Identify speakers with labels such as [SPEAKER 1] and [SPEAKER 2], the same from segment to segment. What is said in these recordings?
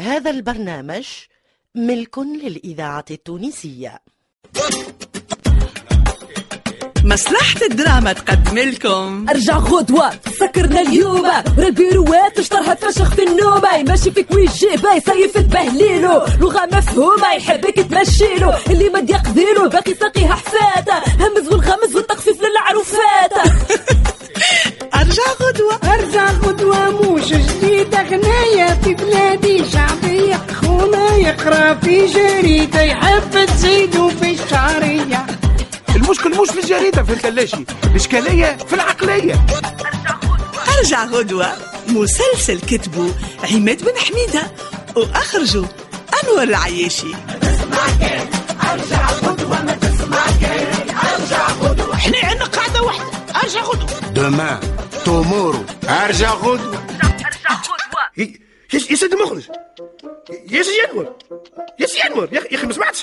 [SPEAKER 1] هذا البرنامج ملك للإذاعة التونسية
[SPEAKER 2] مصلحة الدراما تقدم لكم
[SPEAKER 3] ارجع خطوة سكرنا اليوم ورا البيروات اشطرها تفشخ في النوم يمشي فيك ويجيبها يصيف تبهليلو لغة مفهومة يحبك تمشيلو اللي ما يقديلو باقي ساقيها حفاتة همز والغمز والتخفيف للعروفات
[SPEAKER 2] أرجع غدوة
[SPEAKER 4] ارجع غدوة موش جديدة غناية في بلادي شعبية خونا يقرا في جريدة يحب تزيدو في الشعرية
[SPEAKER 5] المشكل مش في الجريده في الكلاشي الاشكاليه في العقليه
[SPEAKER 2] أرجع غدوة مسلسل كتبه عماد بن حميدة وأخرجه أنور العياشي
[SPEAKER 6] احنا عندنا قاعده واحده ارجع غدوه
[SPEAKER 5] دوما تومورو ارجع غدوه
[SPEAKER 7] يا يا سيدي المخرج يا سي انور يا سي انور يا اخي يا أخي ما سمعتش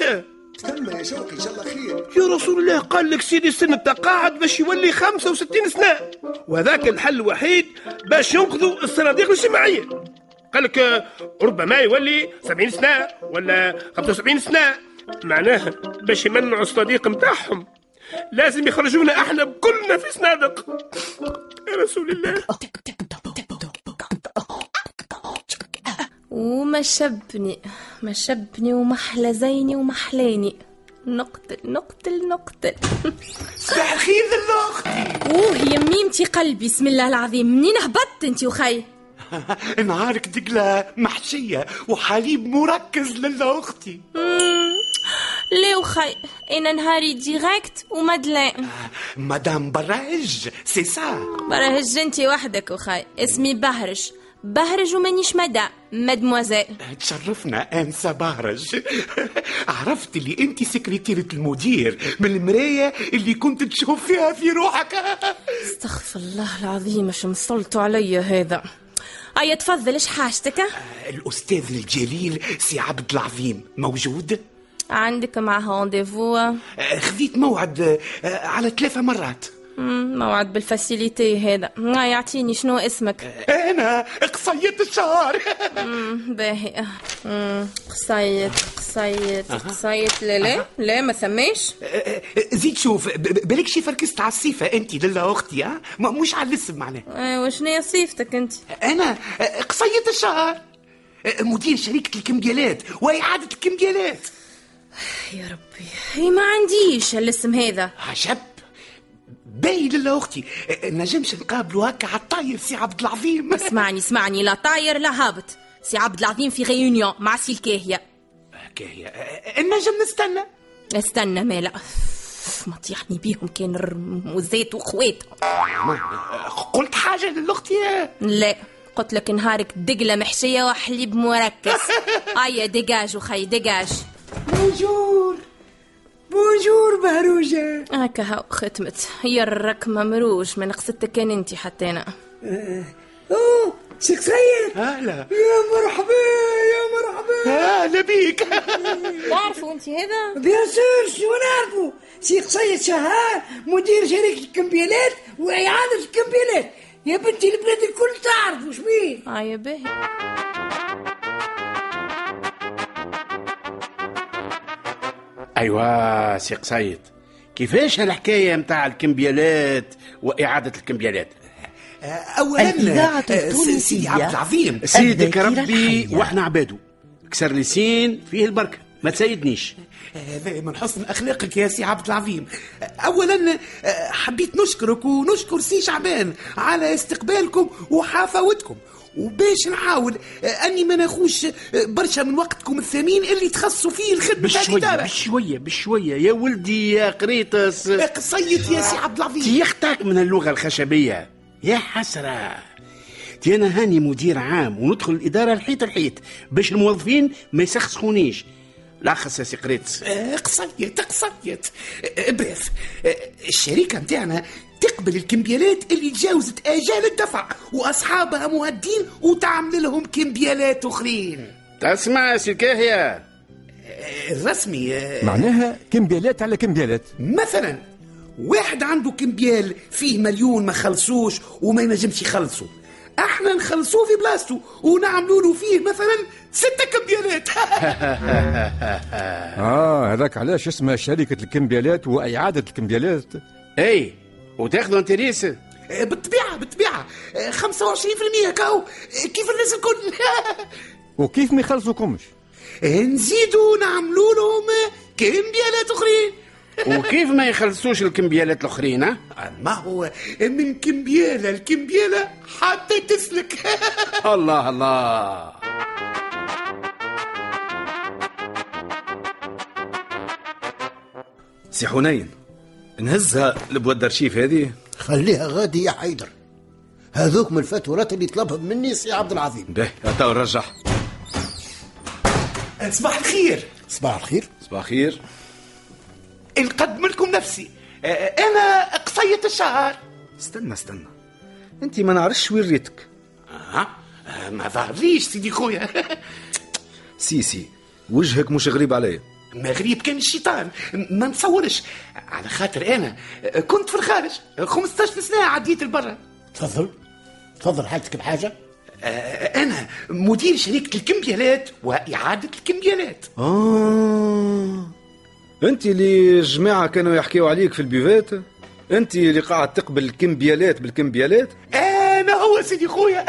[SPEAKER 8] تم يا شوقي ان شاء الله خير
[SPEAKER 7] يا رسول الله قال لك سيدي سن التقاعد باش يولي 65 سنه وهذاك الحل الوحيد باش ينقذوا الصناديق الاجتماعيه قال لك آه، ربما يولي 70 سنه ولا 75 سنه معناها باش يمنعوا الصناديق نتاعهم لازم يخرجونا احنا بكلنا في صنادق يا رسول الله
[SPEAKER 9] وما شبني ما شبني ومحلى زيني ومحليني نقتل نقتل نقتل
[SPEAKER 5] صباح الخير ذا
[SPEAKER 9] اوه يا ميمتي قلبي اسم الله العظيم منين هبطت انت وخي
[SPEAKER 5] نهارك دقلة محشية وحليب مركز للا أختي
[SPEAKER 9] ليه وخي انا نهاري ديريكت ومدلين
[SPEAKER 5] مدام براج سي سا
[SPEAKER 9] برا هجنتي وحدك وخي اسمي بهرج بهرج ومانيش مدى مدموزيل
[SPEAKER 5] تشرفنا أنسة بهرج عرفت اللي أنت سكرتيرة المدير من المراية اللي كنت تشوف فيها في روحك
[SPEAKER 9] استغفر الله العظيم اش مسلطوا عليا هذا ايا تفضل اش حاجتك
[SPEAKER 5] الأستاذ الجليل سي عبد العظيم موجود
[SPEAKER 9] عندك معها رونديفو
[SPEAKER 5] آه، خذيت موعد آه، آه، على ثلاثة مرات
[SPEAKER 9] موعد بالفاسيليتي هذا ما يعطيني شنو اسمك
[SPEAKER 5] أنا قصيت الشهر
[SPEAKER 9] باهي أمم، قصيت قصيت قصيت لا لا لا ما ثماش
[SPEAKER 5] آه، زيد شوف ب- ب- بالك شي فركست على الصفة أنت لله أختي ها م- مش على الاسم معناه
[SPEAKER 9] آه، وشنو هي صيفتك انت
[SPEAKER 5] أنا آه، قصيت الشهر آه، مدير شركة الكمجالات وإعادة الكمجالات
[SPEAKER 9] يا ربي هي ما عنديش الاسم هذا
[SPEAKER 5] عجب باهي لله أختي آه، نجمش نقابلوا هكا على الطاير سي عبد العظيم
[SPEAKER 9] اسمعني اسمعني لا طاير لا هابط سي عبد العظيم في غيونيون مع سي الكاهية
[SPEAKER 5] حكاية آه، نجم نستنى
[SPEAKER 9] استنى مالا أف، ما تيحني بيهم كان رموزات وخواتهم
[SPEAKER 5] آه، قلت حاجة للأختي
[SPEAKER 9] لا قلت لك نهارك دقلة محشية وحليب مركز هيا ديجاج وخي ديجاج
[SPEAKER 4] بونجور بونجور بهروجه
[SPEAKER 9] هكا هاو ختمت هي الركمة مروج ما نقصدتك كان انت حتى انا
[SPEAKER 4] اوه شيخ سيد
[SPEAKER 5] هلا
[SPEAKER 4] يا مرحبا يا مرحبا
[SPEAKER 5] هلا بيك
[SPEAKER 9] تعرفوا انت هذا
[SPEAKER 4] بيان سور شنو نعرفوا شيخ سيد شهار مدير شركة الكمبيلات وإعادة الكمبيلات يا بنتي البلاد الكل تعرفوا شبيه
[SPEAKER 9] هيا آية، باهي
[SPEAKER 6] ايوا سي قصيد أيوة، كيفاش هالحكايه متاع الكمبيالات واعاده الكمبيالات
[SPEAKER 5] أولا
[SPEAKER 1] الإذاعة
[SPEAKER 5] آه، سي- سيدي
[SPEAKER 1] التونسية.
[SPEAKER 5] عبد العظيم
[SPEAKER 6] سيدك
[SPEAKER 1] الذاكرة
[SPEAKER 6] ربي
[SPEAKER 1] الحية.
[SPEAKER 6] واحنا عباده كسر لسين فيه البركه ما تسيدنيش
[SPEAKER 5] هذا آه، من حسن اخلاقك يا سي عبد العظيم اولا آه، حبيت نشكرك ونشكر سي شعبان على استقبالكم وحفاوتكم وباش نعاول آه، اني ما ناخوش آه، برشا من وقتكم الثمين اللي تخصوا فيه الخدمه تاع
[SPEAKER 6] بشويه
[SPEAKER 5] الاداره
[SPEAKER 6] بشويه بشويه يا ولدي يا قريطس
[SPEAKER 5] قصيت يا سي عبد العظيم
[SPEAKER 6] تيختك من اللغه الخشبيه يا حسره تي انا إيه. هاني مدير عام وندخل الاداره الحيط الحيط باش الموظفين ما يسخسخونيش لا خس يا سي قريطس
[SPEAKER 5] آه، قصيت قصيت آه، بريف آه، الشركه متاعنا تقبل الكمبيالات اللي تجاوزت اجال الدفع واصحابها مهدين وتعمل لهم كمبيالات اخرين
[SPEAKER 6] تسمع يا سي الكاهيه
[SPEAKER 5] الرسمي آه،
[SPEAKER 8] معناها كمبيالات على كمبيالات
[SPEAKER 5] مثلا واحد عنده كمبيال فيه مليون ما خلصوش وما ينجمش يخلصه احنا نخلصوه في بلاصته ونعملوا له فيه مثلا ستة كمبيالات
[SPEAKER 10] اه هذاك علاش اسمها شركه الكمبيالات واعاده الكمبيالات
[SPEAKER 6] اي وتاخذوا انت ريسه
[SPEAKER 5] بالطبيعة بالطبيعة 25% كاو كيف الناس الكل
[SPEAKER 10] وكيف ما يخلصوكمش
[SPEAKER 5] نزيدوا نعملوا لهم كمبيالات اخرين
[SPEAKER 6] وكيف ما يخلصوش الكمبيالات الاخرين ها؟
[SPEAKER 5] ما هو من كمبيالة الكمبيالة حتى تسلك
[SPEAKER 6] الله الله
[SPEAKER 11] سي حنين نهزها لبواد ارشيف هذه
[SPEAKER 12] خليها غادي يا حيدر هذوك من الفاتورات اللي طلبهم مني سي عبد العظيم
[SPEAKER 11] باهي تو نرجع
[SPEAKER 5] صباح الخير
[SPEAKER 12] صباح الخير
[SPEAKER 11] صباح خير
[SPEAKER 5] نقدم لكم نفسي انا قصية الشعر
[SPEAKER 11] استنى استنى انت ما نعرفش وين ريتك
[SPEAKER 5] اه ما ظهرليش سيدي خويا
[SPEAKER 11] سي سي وجهك مش غريب عليا
[SPEAKER 5] مغرب كان الشيطان ما نتصورش على خاطر انا كنت في الخارج 15 سنه عديت لبرا
[SPEAKER 12] تفضل تفضل حالتك بحاجه
[SPEAKER 5] انا آه، مدير شركه الكمبيالات واعاده الكمبيالات
[SPEAKER 12] أه.
[SPEAKER 11] اه انت اللي الجماعه كانوا يحكيوا عليك في البيفات انت اللي قاعد تقبل الكمبيالات بالكمبيالات
[SPEAKER 5] انا آه، هو سيدي خويا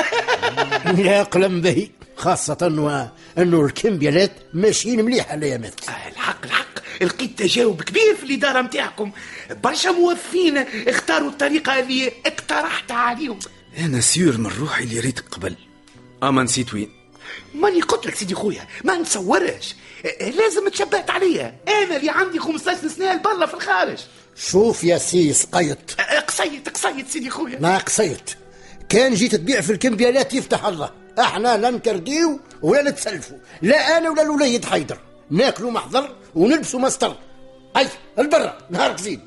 [SPEAKER 12] يا قلم به خاصة و- انه الكمبيالات ماشيين مليح الايامات
[SPEAKER 5] الحق الحق لقيت تجاوب كبير في الاداره نتاعكم برشا موظفين اختاروا الطريقه اللي اقترحتها عليهم
[SPEAKER 11] انا سيور من روحي اللي ريتك قبل اما نسيت وين
[SPEAKER 5] ماني قلت لك سيدي خويا ما نتصورش لازم تشبهت عليا انا اللي عندي 15 سنه لبرا في الخارج
[SPEAKER 12] شوف يا سي سقيط
[SPEAKER 5] قصيت قصيت سيدي خويا
[SPEAKER 12] ما قصيت كان جيت تبيع في الكمبيالات يفتح الله احنا لا نكرديو ولا نتسلفوا لا انا ولا الوليد حيدر ناكلوا محضر ونلبسوا مستر اي البرة نهارك زين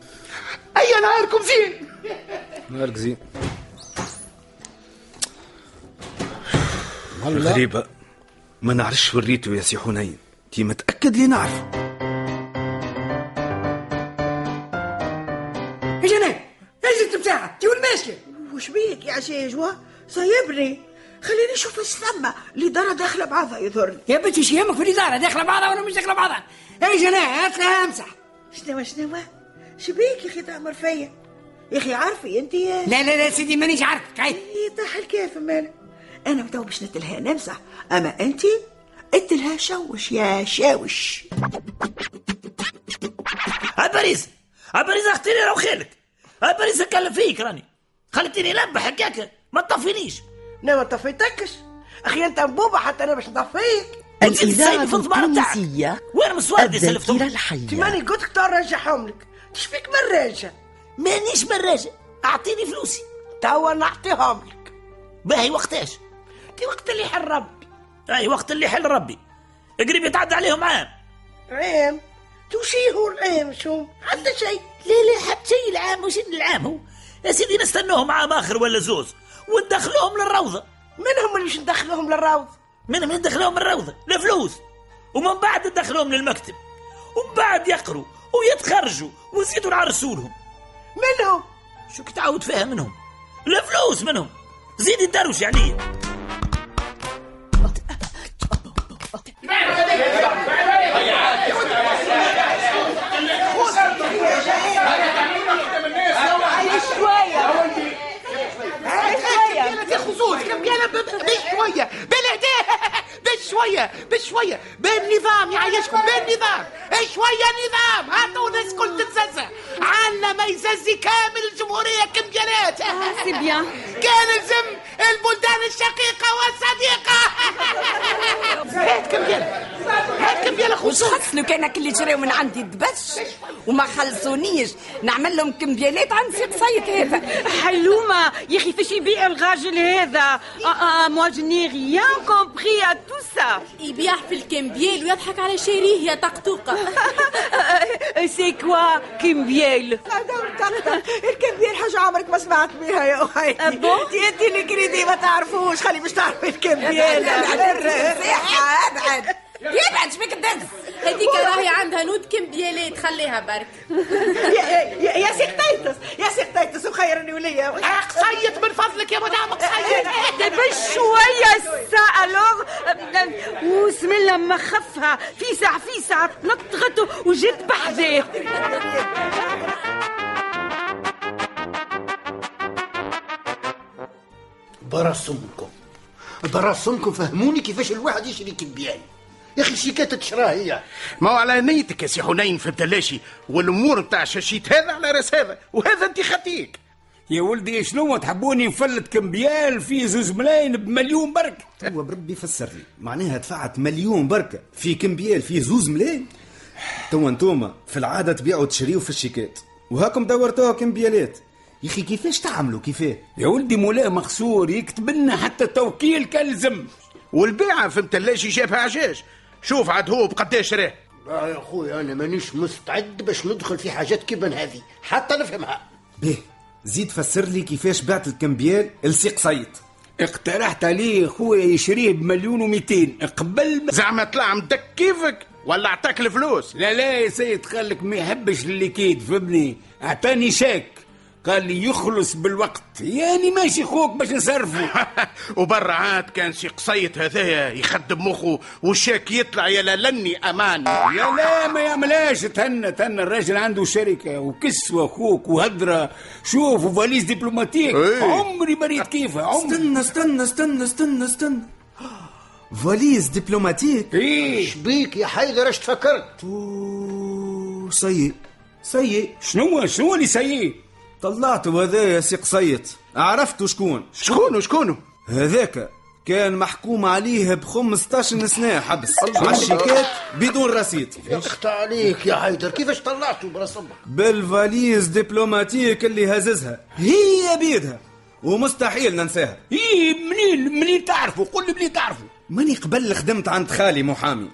[SPEAKER 5] اي نهاركم زين
[SPEAKER 11] نهارك زين
[SPEAKER 12] والله.
[SPEAKER 11] غريبة ما نعرفش وريته يا سي حنين تي متأكد لي نعرف
[SPEAKER 13] جنان اجلس بتاعك تقول ماشي وش بيك يا عشيجوة صيبني خليني نشوف ايش ثم الاداره داخله بعضها يضرني
[SPEAKER 4] يا بنتي شو يهمك في الاداره داخله بعضها ولا مش داخله بعضها اي جنان هات لها امسح
[SPEAKER 13] شنو شنو شو بيك يا اخي تعمر فيا يا اخي عارفي انت لا
[SPEAKER 4] لا لا لا سيدي مانيش عارفك عيب
[SPEAKER 13] إيه، طاح الكيف مالا انا تو باش نتلها نمسح اما انت اتلها شوش يا شاوش
[SPEAKER 14] عباريس عباريس اختي راهو خالد عباريس اكلم فيك راني خلتني نبح هكاك ما تطفينيش
[SPEAKER 13] لا ما طفيتكش اخي انت انبوبه حتى انا باش نطفيك
[SPEAKER 1] الإذاعة التونسية
[SPEAKER 14] وين مسواد
[SPEAKER 1] الذاكرة الحية
[SPEAKER 13] تماني قلت لك تو نرجعهم لك تشفيك من راجع
[SPEAKER 14] مانيش مراجة اعطيني فلوسي
[SPEAKER 13] توا نعطيهم لك
[SPEAKER 14] باهي وقتاش
[SPEAKER 13] كي وقت اللي يحل ربي
[SPEAKER 14] اي وقت اللي حل ربي قريب يتعدى عليهم عام
[SPEAKER 13] عام توشي هو العام شو حتى شيء
[SPEAKER 14] لا لا حتى شيء العام وش العام هو يا سيدي نستنوهم عام اخر ولا زوز وندخلوهم للروضه
[SPEAKER 13] منهم اللي باش ندخلهم للروض
[SPEAKER 14] منهم ندخلوهم الروضه لفلوس ومن بعد ندخلوهم للمكتب ومن بعد يقروا ويتخرجوا ونزيدوا نعرسولهم
[SPEAKER 13] منهم
[SPEAKER 14] شو كي تعاود فيها منهم لفلوس منهم زيد يعني. الدروش عليا
[SPEAKER 15] إيه،
[SPEAKER 5] إيه، خصوص كمبيالة بشوية بالهداء بشوية بشوية بالنظام يعيشكم بالنظام إيه، شوية نظام هاتوا الناس كل تتززى عنا ما يززي كامل الجمهورية كمبيالات
[SPEAKER 15] سي بيان.
[SPEAKER 5] كان لزم البلدان الشقيقة والصديقة هات كمبيالة هات كمبيالة
[SPEAKER 4] وش
[SPEAKER 5] خصوص
[SPEAKER 4] خص لو كانك اللي شريو من عندي دبش وما خلصونيش نعمل لهم كمبيالات عند سي قصيط هذا
[SPEAKER 15] حلومة يا أخي فاش يبيع الراجل هذا آه آه موا جو ني ريان كومبخي أ آه، تو سا
[SPEAKER 9] يبيع في الكمبيال ويضحك على شاريه يا طقطوقة
[SPEAKER 15] سي كوا كيمبيال
[SPEAKER 13] الكبير حاجة عمرك ما سمعت بها يا أخي
[SPEAKER 15] أبو؟
[SPEAKER 13] انت انت اللي كريدي ما تعرفوش خلي باش تعرفي الكبير
[SPEAKER 4] ابعد ابعد ابعد شبيك الدرس
[SPEAKER 9] هذيك راهي عندها
[SPEAKER 16] هنود كمبيالات خليها برك
[SPEAKER 17] يا يا سي قطيطس يا سي قطيطس وخيرني وليا قصيت من فضلك يا مدام قصيت
[SPEAKER 18] بشوية الساعة لوغ وسم الله ما خفها في ساعة في ساعة نطغت وجد بحذاه
[SPEAKER 5] برسمكم برسمكم فهموني كيفاش الواحد يشري كمبيان يا اخي الشيكات تشراه هي
[SPEAKER 6] ما هو على نيتك يا سي حنين في التلاشي والامور نتاع شاشيت هذا على راس هذا وهذا انت خطيك
[SPEAKER 19] يا ولدي شنو تحبوني نفلت كمبيال في زوز ملاين بمليون برك هو بربي فسر لي
[SPEAKER 10] معناها دفعت مليون بركه في كمبيال في زوز ملايين توا انتوما في العاده تبيعوا تشريوا في الشيكات وهاكم دورتوها كمبيالات يا اخي كيفاش تعملوا كيفاه
[SPEAKER 19] يا ولدي مولاه مخسور يكتب لنا حتى توكيل كلزم
[SPEAKER 6] والبيعه في متلاشي جابها عجاج شوف عاد هو بقداش راه
[SPEAKER 5] لا آه، يا اخويا انا مانيش مستعد باش ندخل في حاجات كيبن هذه حتى نفهمها
[SPEAKER 10] به زيد فسر لي كيفاش بعت الكمبيال لسي قصيط
[SPEAKER 19] اقترحت عليه خويا يشريه بمليون و200 قبل
[SPEAKER 6] زعما طلع مدك كيفك ولا عطاك الفلوس
[SPEAKER 19] لا لا يا سيد قال لك ما يحبش الليكيد فهمني اعطاني شاك قال لي يخلص بالوقت يعني ماشي خوك باش نصرفه
[SPEAKER 6] وبرا عاد كان سي قصيط هذايا يخدم مخه والشاك يطلع يا لني امان
[SPEAKER 19] يا لا ما يعملهاش تهنى تهنى الراجل عنده شركة وكسوة أخوك وهدرة شوف وفاليز دبلوماتيك
[SPEAKER 20] إيه.
[SPEAKER 19] عمري ما ريت كيفها عمري
[SPEAKER 20] استنى استنى استنى استنى استنى فاليز دبلوماتيك
[SPEAKER 19] ايه
[SPEAKER 5] شبيك يا حيدر اش تفكرت
[SPEAKER 20] سيء سيء
[SPEAKER 19] شنو شنو اللي سيء
[SPEAKER 10] طلعته هذا يا سي قصيط عرفته شكون شكون شكون هذاك كان محكوم عليه ب 15 سنه حبس على الشيكات بدون رصيد
[SPEAKER 5] اخت عليك يا حيدر كيفاش طلعته برسمك
[SPEAKER 10] بالفاليز دبلوماتيك اللي هززها هي بيدها ومستحيل ننساها
[SPEAKER 19] ايه منين منين تعرفه قول لي منين تعرفه
[SPEAKER 10] ماني قبل خدمت عند خالي محامي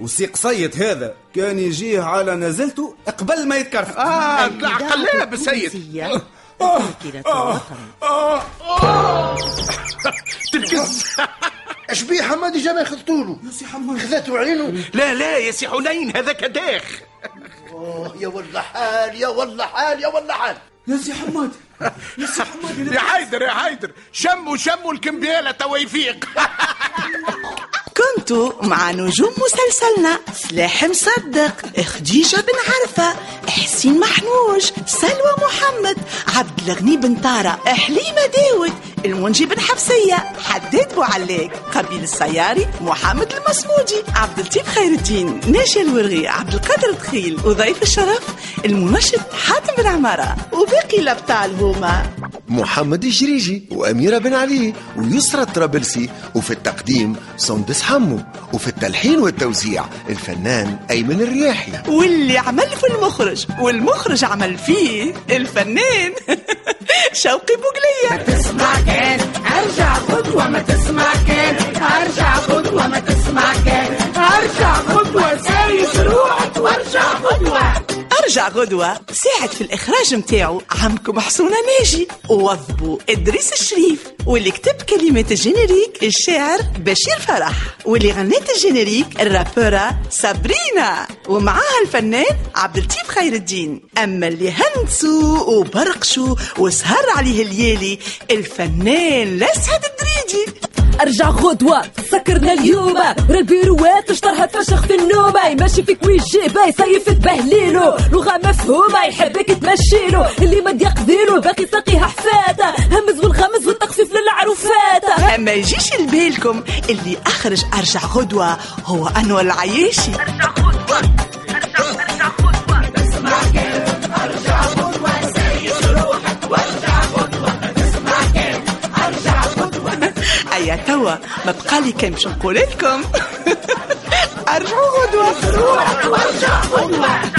[SPEAKER 10] وسي قصيط هذا كان يجيه على نزلته قبل ما يتكرف آه.
[SPEAKER 6] اه طلع قلاب السيد
[SPEAKER 1] آه،
[SPEAKER 5] تركز اش بيه حمادي جا ما له يا سي حمادي خذاته عينه
[SPEAKER 6] لا لا يا سي حنين هذاك داخ
[SPEAKER 5] أوه، يا والله حال يا والله حال يا والله حال
[SPEAKER 20] يا سي حمادي يا سي حمادي
[SPEAKER 6] يا حيدر يا حيدر شموا شموا الكمبياله توا يفيق
[SPEAKER 14] كنتوا مع نجوم مسلسلنا سلاح مصدق خديجة بن عرفة حسين محنوش سلوى محمد عبد الغني بن طارة حليمة داود المنجي بن حبسية حداد بوعلاق قبيل السياري محمد المسمودي عبد اللطيف خير الدين ناشي الورغي عبد القادر دخيل وضيف الشرف المنشط حاتم بن عمارة وباقي الأبطال هما
[SPEAKER 21] محمد الجريجي وأميرة بن علي ويسرى الطرابلسي وفي التقديم سندس حمو وفي التلحين والتوزيع الفنان أيمن الرياحي
[SPEAKER 14] واللي عمل في المخرج والمخرج عمل فيه الفنان شوقي بوغلية ما تسمع كان ارجع خطوة ما تسمع كان ارجع خطوة ما تسمع كان ارجع خطوة سايس روحك وارجع خطوة ارجع غدوة ساعد في الاخراج متاعو عمكم حسونة ناجي ووظبوا ادريس الشريف واللي كتب كلمات الجينيريك الشاعر بشير فرح واللي غنت الجينيريك الرابورة سابرينا ومعاها الفنان عبد اللطيف خير الدين اما اللي هنسوا وبرقشوا وسهر عليه الليالي الفنان لسعد الدريدي
[SPEAKER 9] ارجع غدوة سكرنا اليوم البيروات اشترها تفشخ في النوم ماشي فيك ويجي باي سيف تبهليلو لغة مفهومة يحبك تمشيلو اللي ما يقضيلو باقي ساقيها حفاتة همز والغمز والتخفيف للعروفات
[SPEAKER 14] اما يجيش لبالكم اللي اخرج ارجع غدوة هو انور العياشي ايا توا ما بقالي كان باش نقول لكم ارجعوا غدوة